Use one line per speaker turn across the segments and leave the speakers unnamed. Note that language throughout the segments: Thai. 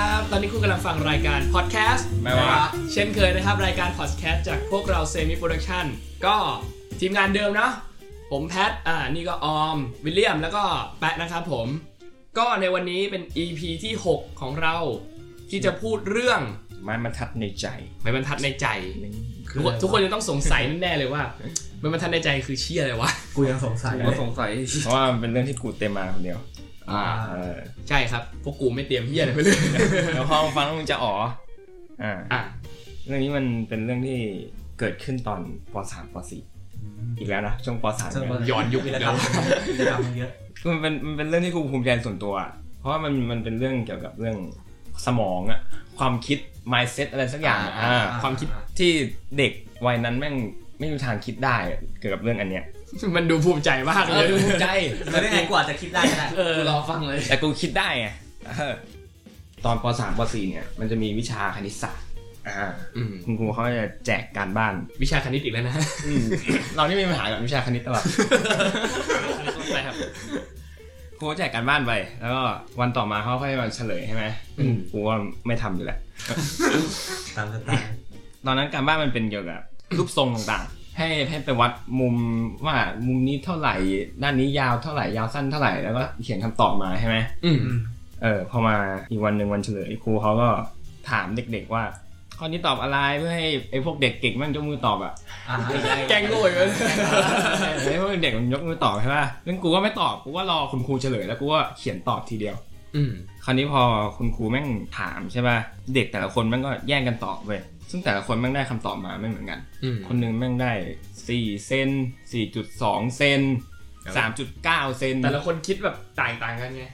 ฟังรายการพอดแคสต์
ไม่ว่า
เช่นเคยนะครับ รายการพอดแคสต์จากพวกเราเซมิโปรดักชันก็ทีมงานเดิมเนาะผมแพทอ่านี่ก็ออม วิลเลียมแล้วก็แปะนะครับผม ก็ในวันนี้เป็น EP ที่ 6 ของเรา ที่จะพูดเรื่อง
ไมันมันทัดในใจ
ไม้บรรทัดในใจ ทุกคนทุกคนจะต้องสงสัยแน่ๆเลยว่าไม้บรรทัดในใจคือเชี่ยอะไรวะ
กูยังสงสัย
ก็สงสัย
เพราะว่ามันเป็นเรื่องที่กูเต็มมาคนเดียว
อ่า
เออ
ใช่ครับ พวกกูไม่เตรียมเฮียอะไรไปเลย
แล้วพอมึงฟังแล้วมึงจะอ๋ออ่า
อ่ะ
เรื่องนี้มันเป็นเรื่องที่เกิดขึ้นตอนปสามปสี่อีกแล้วนะช่วงปสามเนี่ย
ย้อนยุคอี
วี
ก
ร
แล้
กร
ว
รมวีรกรรมเยอะ
มันเป็นมันเป็นเรื่องที่กูภูมิใจส่วนตัวอะเพราะว่ามันมันเป็นเรื่องเกี่ยวกับเรื่องสมองอะความคิด mindset อะไรสักอย่างอะ
อ่า
อ่าความคิดที่เด็กวัยนั้นแม่งไม่มีทางคิดได้อะเกี่ยวกับเรื่องอันเนี้ย
มันดูภูมิใจมากเลย
แล้วได้ไงกว่าจะคิดได้ขนาด
เออ
กูรอฟังเลย
แต่กูคิดได้ไงเออตอนป .3 ป .4 เนี่ย มันจะมีวิชาคณิตศาสตร์อ่า
อืม
คุณครูเขาจะแจกการบ้าน
วิชาคณิตอีกแล้วนะ
เรานี่มีปัญหากับวิชาคณิตตลอด
ใช่ครับ
ครูแจกการบ้านไป แล้วก็วันต่อมาเขาค่อยมาเฉลยใช่ไหม
อืม
กูว่าไม่ทำอยู่แหละ
ตามสไตล์
ตอนนั้นการบ้านมันเป็นเกี่ยวกับ รูปทรงต่างๆ ให้ให้ไปวัดมุมว่ามุมนี้เท่าไหร่ ด้านนี้ยาวเท่าไหร่ ยาวสั้นเท่าไหร่ แล้วก็เขียนคำตอบมาใช่ไหม
อืม
เออพอมาอีกวันหนึ่งวันเฉลยครูเขาก็ถามเด็กๆว่า ข้อนี้ตอบอะไรเพื่อให้ไอ้พวกเด็กเก่งแมันยกมือตอบ อ่ะ
อ่า
แกงโง่อีกแล้ว
ไอ้พวกเด็กมันยกมือตอบใช่ป่ะซึ่งกูก็ไม่ตอบกูว่ารอคุณครูเฉลยแล้วกูก็เขียนตอบทีเดียว
อืม
คราวนี้พอคุณครูแม่งถามใช่ป่ะเด็กแต่ละคนแม่งก็แย่งกันตอบเว้ยซึ่งแต่ละคนแม่งได้คำตอบมาไม่เหมือนกัน
อืม
คนหนึงแม่งได้4เซน4.2เซน3.9เซน
แต่ละคนคิดแบบต่างต่างๆกันไง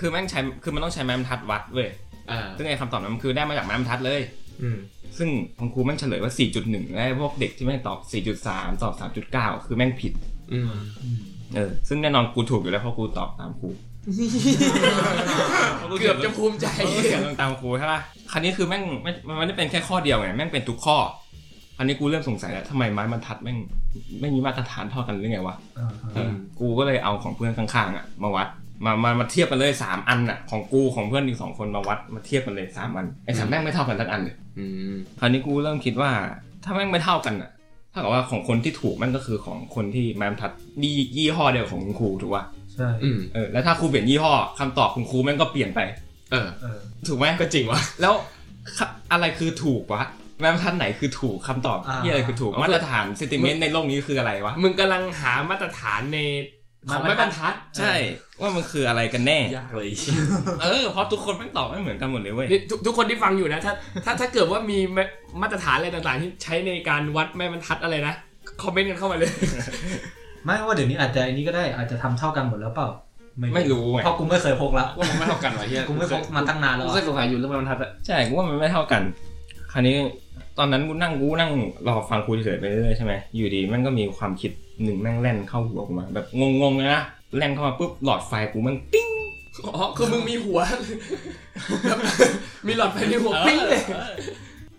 คือแม่งใช้คือมันต้องใช้ไม้บรรทัดวัดเว้ย
อ่า
ซึ่งไอ้คำตอบนั้นมันคือได้มาจากไม้บรรทัดเลย
อืม
ซึ่งของครูแม่งเฉลยว่า 4.1 และพวกเด็กที่แม่งตอบ 4.3 ตอบ 3.9 คือแม่งผิด
อืม
เออ ซึ่งแน่นอนกูถูกอยู่แล้วเพราะกูตอบตามครู
เกือบจะภูมิใจ
เขียนตามครูใช่ป่ะ คราวนี้คือแม่งไม่มันไม่ได้เป็นแค่ข้อเดียวไง แม่งเป็นทุกข้อ อันนี้กูเริ่มสงสัยแล้วทำไมไม้บรรทัดแม่งไม่มีมาตรฐานเท่ากันหรือไงวะ เออกูก็เลยเอาของเพื่อนข้างๆอ่ะมาวัดมามามาเทียบกันเลยสามอันอ่ะของกูของเพื่อนอีกสองคนมาวัดมาเทียบกันเลยสามอันไอ้สามแม่งไม่เท่ากันสักอันเลย
อืม
คราวนี้กูเริ่มคิดว่าถ้าแม่งไม่เท่ากันอ่ะถ้ากับว่าของคนที่ถูกมันก็คือของคนที่ไมบรรทัดยี่ยี่ห้อเดียวของคุณครูถูกป่ะ
ใช่
อืม
เออแล้วถ้าครูเปลี่ยนยี่ห้อคำตอบคุณครูแม่งก็เปลี่ยนไป
เออ
เออ
ถูกไหม
ก็จริงวะ
แล้วค่ะอะไรคือถูกวะไมบรรทัดไหนคือถูกคำตอบที่อะไรคือถูกมาตรฐานเซนติเมตรในโลกนี้คืออะไรวะ
มึงกำลังหามาตรฐานในของไม่บรรทัด
ใช่ว่ามันคืออะไรกันแน่
ยากเลย
เออเพราะทุกคนแม่งตอบไม่เหมือนกันหมดเลยเว้ย
นี่ทุกทุกคนที่ฟังอยู่นะ ถ้า ถ้า ถ้าเกิดว่ามีแม่มาตรฐานอะไรต่างๆ ที่ใช้ในการวัดไม่บรรทัดอะไรนะ คอมเมนต์กันเข้ามาเลย
ไม่ว่าเดี๋ยวนี้อาจจะอันนี้ก็ได้อาจจะทำเท่ากันหมดแล้วเปล่า
ไม่รู้ไง
เพราะกูไม่เคยพกละ
ว่ามันไม่เท่ากันวะเฮีย
กูไม่พกมาตั้งนานแล้ว
กูเคยสงสัยอยู่เรื่องบรรทัดอะ
ใช่กูว่ามันไม่เท่ากัน คราวนี้ตอนนั้นกูนั่งกูนั่งรอฟังครูเฉยๆไปเรื่อยๆใช่ไหมอยู่ดีมันก็มีความคิดหนึ่งแม่งแล่นเข้าหัวกูมา แบบงงๆเลยนะแล่นเข้ามาปุ๊บหลอดไฟกูแม่งปิ้ง
อ๋อ คือมึงมีหัวแบบมีหลอดไฟในหัวปิ้งเลย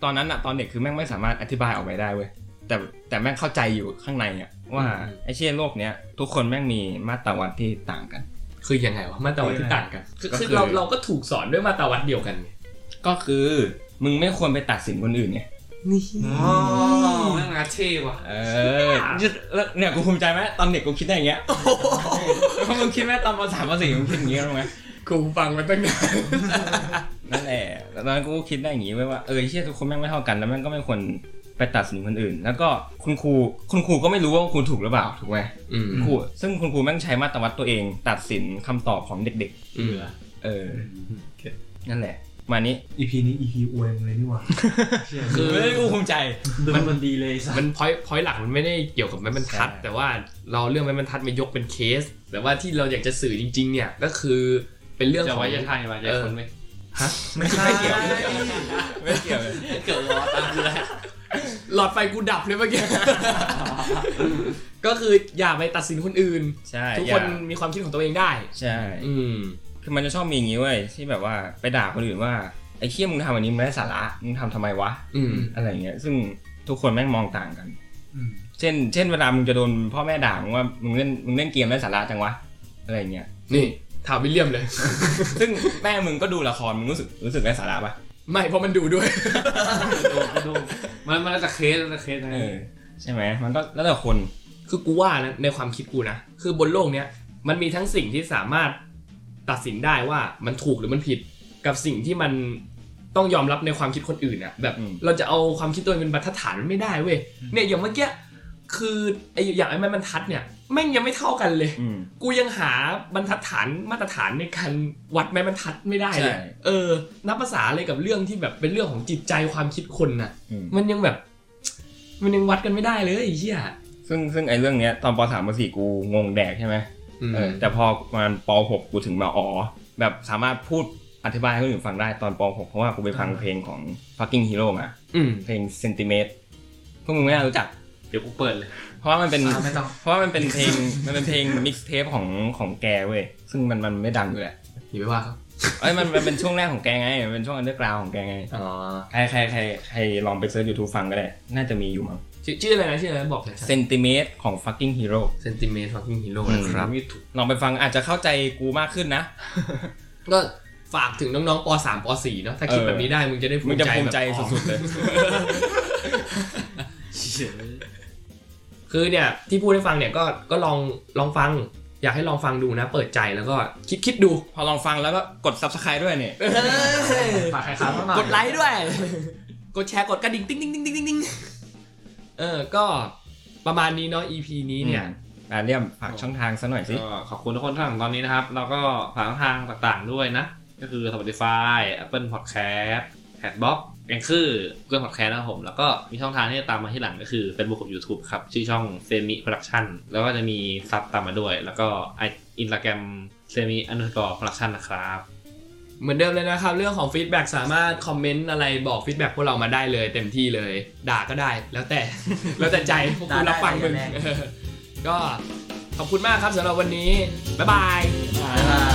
ตอนนั้นอะตอนเด็กคือแม่งไม่สามารถอธิบายออกไปได้เว้ยแต่แต่แม่งเข้าใจอยู่ข้างในอะว่า
อืม
ไอ้เชี่ยโลกเนี้ยทุกคนแม่งมีมาตรวัดที่ต่างกัน
คือยังไงวะมาตราวัดที่ต่างกัน คือ
ก็คื
คือ
อ
เราเราก็ถูกสอนด้วยมาตราวัดเดียวกันไง
ก็คือมึงไม่ควรไปตัดสินคนอื่นไง
อ๋อ
แม่งนาเท่ว่ะ
เออแล้วเนี่ยกูภูมิใจไหมตอนเด็กกูคิดได้อย่างเงี้ยเพราะมึงคิดไหมตอนปสามปสี่มึงคิดอย่างเงี้ยรู้ไหม
กูฟังมาตั้งนาน
นั่นแหละแล้วตอนนั้นกูก็คิดได้อย่างงี้ไว้ยว่าเออเชี่ยทุกคนแม่งไม่เท่ากันแล้วแม่งก็ไม่ควรไปตัดสินคนอื่น แล้วก็คุณครูคุณครูก็ไม่รู้ว่าคุณถูกหรือเปล่าถูกไหม
อืม
คุณครูซึ่งคุณครูแม่งใช้มาตรวัดตัวเอง ตัดสินคำตอบของเด็ก
อืม
ๆ เออนั่นแหละมานี้
อีพีนี้อีพีอวยมึงเลยนี่หว่า
คือ
เฮ้ยกูภูมิใจ
ดูมันดีเลยสัส
มันพอยพอยหลักมันไม่ได้เกี่ยวกับไม้บรรทัด
ใช่
แต่ว่าเราเรื่องไม้บรรทัดมายกเป็นเคส แต่ว่าที่เราอยากจะสื่อจริง ๆ เนี่ยก็คือเป็นเรื่อง
จะ
ของ
ไว้ยังไงวะใจคนไหม
ไม่ใช่เกี่ยว
ไม่เกี่ยวเลย
เกิดรอตามกูแล้ว
หลอดไฟกูดับเลยเมื่อกี้ ก็คืออย่าไปตัดสินคนอื่น
ใช่
ทุก
อ
ค
ย่าน
มีความคิดของตัวเองได้
ใช่
อืม
คือมันจะชอบมีอย่างนี้เว้ยที่แบบว่าไปด่าคนอื่นว่าไอ้เคี้ยมึงทำอันนี้มันไม่ได้สาระมึงทำทำไมวะ
อืม
อะไรอย่างเงี้ยซึ่งทุกคนแม่งมองต่างกัน เช่น เช่นเวลามึงจะโดนพ่อแม่ด่ามึงว่ามึงเล่นมึงเล่นเกมไร้สาระจังวะอะไรอย่างเงี้ย
นี่ถามวิลเลียมเลย
ซึ่งแม่มึงก็ดูละครมึงรู้สึกรู้สึกไร้สาระปะ
ไม่เพราะมันดูด้วย
ดูดูมันมันแล้วแต่เคสแล้วแต่เคสนะ
เออใช่ไหมมันก็แล้วแต่คน
คือกูว่านะในความคิดกูนะ คือบนโลกเนี้ยมันมีทั้งสิ่งที่สามารถตัดสินได้ว่ามันถูกหรือมันผิด กับสิ่งที่มันต้องยอมรับในความคิดคนอื่นอะแบบเราจะเอาความคิดตัวเองเป็นบรรทัดฐานมันไม่ได้เว้ยเนี่ยอย่างเมื่อกี้คือไออย่างไอ้ไม้บรรทัดเนี่ยแม่งยังไม่เท่ากันเลย
อืม
กูยังหาบรรทัดฐานมาตรฐานในการวัดแม้บรรทัดไม่ได้เลย
ใช่
เออ นับภาษาอะไรกับเรื่องที่แบบเป็นเรื่องของจิตใจความคิดคนน่ะ
อืม
มันยังแบบ มันยังวัดกันไม่ได้เลยไอ้เหี้ย
ซึ่งซึ่งไอ้เรื่องเนี้ยตอนปสามปสี่กูงงแดกใช่ไหมเออแต่พอประมาณปหกกูถึงมาอ๋อแบบสามารถพูดอธิบายให้คนอื่นฟังได้ตอนปหกเพราะว่ากูไปฟังเพลงของ fucking hero มา
อืม
เพลง Sentiment พวกมึงไม่น่ารู้จัก
เดี๋ยวกูเปิดเลย
เพราะว่ามันเป็น
อ่าไม่ต้อง
เพราะว่ามัน เป็นเพลง มันเป็นเพลง mixtape ของของแกเว้ย ซึ่งมันมันไม่ดังอยู่แหละ
อย่าไปว่าเขา
เอ้ยมันมันเป็นช่วงแรกของแกไง มันเป็นช่วง Underground ของแกไง
อ๋อ
ใครใครใครใครลองไปเซิร์ช YouTube ฟังก็ได้ น่าจะมีอยู่มั้ง
ชื่อชื่ออะไรนะชื่ออะไรนะบอกเลย
Sentiment ของ fucking hero
เซนติเมตรฟังกิ้งฮีโร่
อื
นะ
ม
ครับ
มีถูก
ลองไปฟังอาจจะเข้าใจกูมากขึ้นนะ
ก็ฝากถึงน้องๆป .3 ป .4 เนาะถ้าคิด
เออ
แบบนี้ได้มึงจะได้ภู
มึง
มิ
จะ
ใจ
ภูมิใจ
แบบอ๋อ
สุดๆเลย
คือเนี่ยที่พูดให้ฟังเนี่ยก็ก็ลองลองฟัง อยากให้ลองฟังดูนะ เปิดใจแล้วก็คิดคิดดู
พอลองฟังแล้วก็กด subscribe ด้วยเนี่ย
ฝากใครครับ
กดไลค์ด้วย กดแชร์กดกระดิ่งติ๊งติ๊งติ๊งติ๊งติ๊งติ๊งเออ ก็ประมาณนี้เนาะ EP นี้
เนี่
เนี่ย ย
อ่ะเรียมฝากช่องทางซะหน่อยสิ
ก็ขอบคุณทุกคนที่ฟังตอนนี้นะครับ เราก็ผ่านทางต่างๆด้วยนะ ก็คือ Spotify Apple Podcast p a d b o x แองคือ Google Podcast นะครับผม แล้วก็มีช่องทางที่จะตามมาที่หลังก็คือ Facebook กับ YouTube ครับ ชื่อช่อง Semi Production แล้วก็จะมีซับตามมาด้วย แล้วก็อินสตาแกรม Semi Underscore Production นะครับ
เหมือนเดิมเลยนะครับ เรื่องของฟีดแบ็กสามารถคอมเมนต์อะไรบอกฟีดแบ็กพวกเรามาได้เลยเต็มที่เลย ด่าก็ได้แล้วแต่ แล้วแต่ใจพวกคุณรับฟังมึงเออก็ขอบคุณมากครับสำหรับวันนี้ บ๊ายบาย
บาย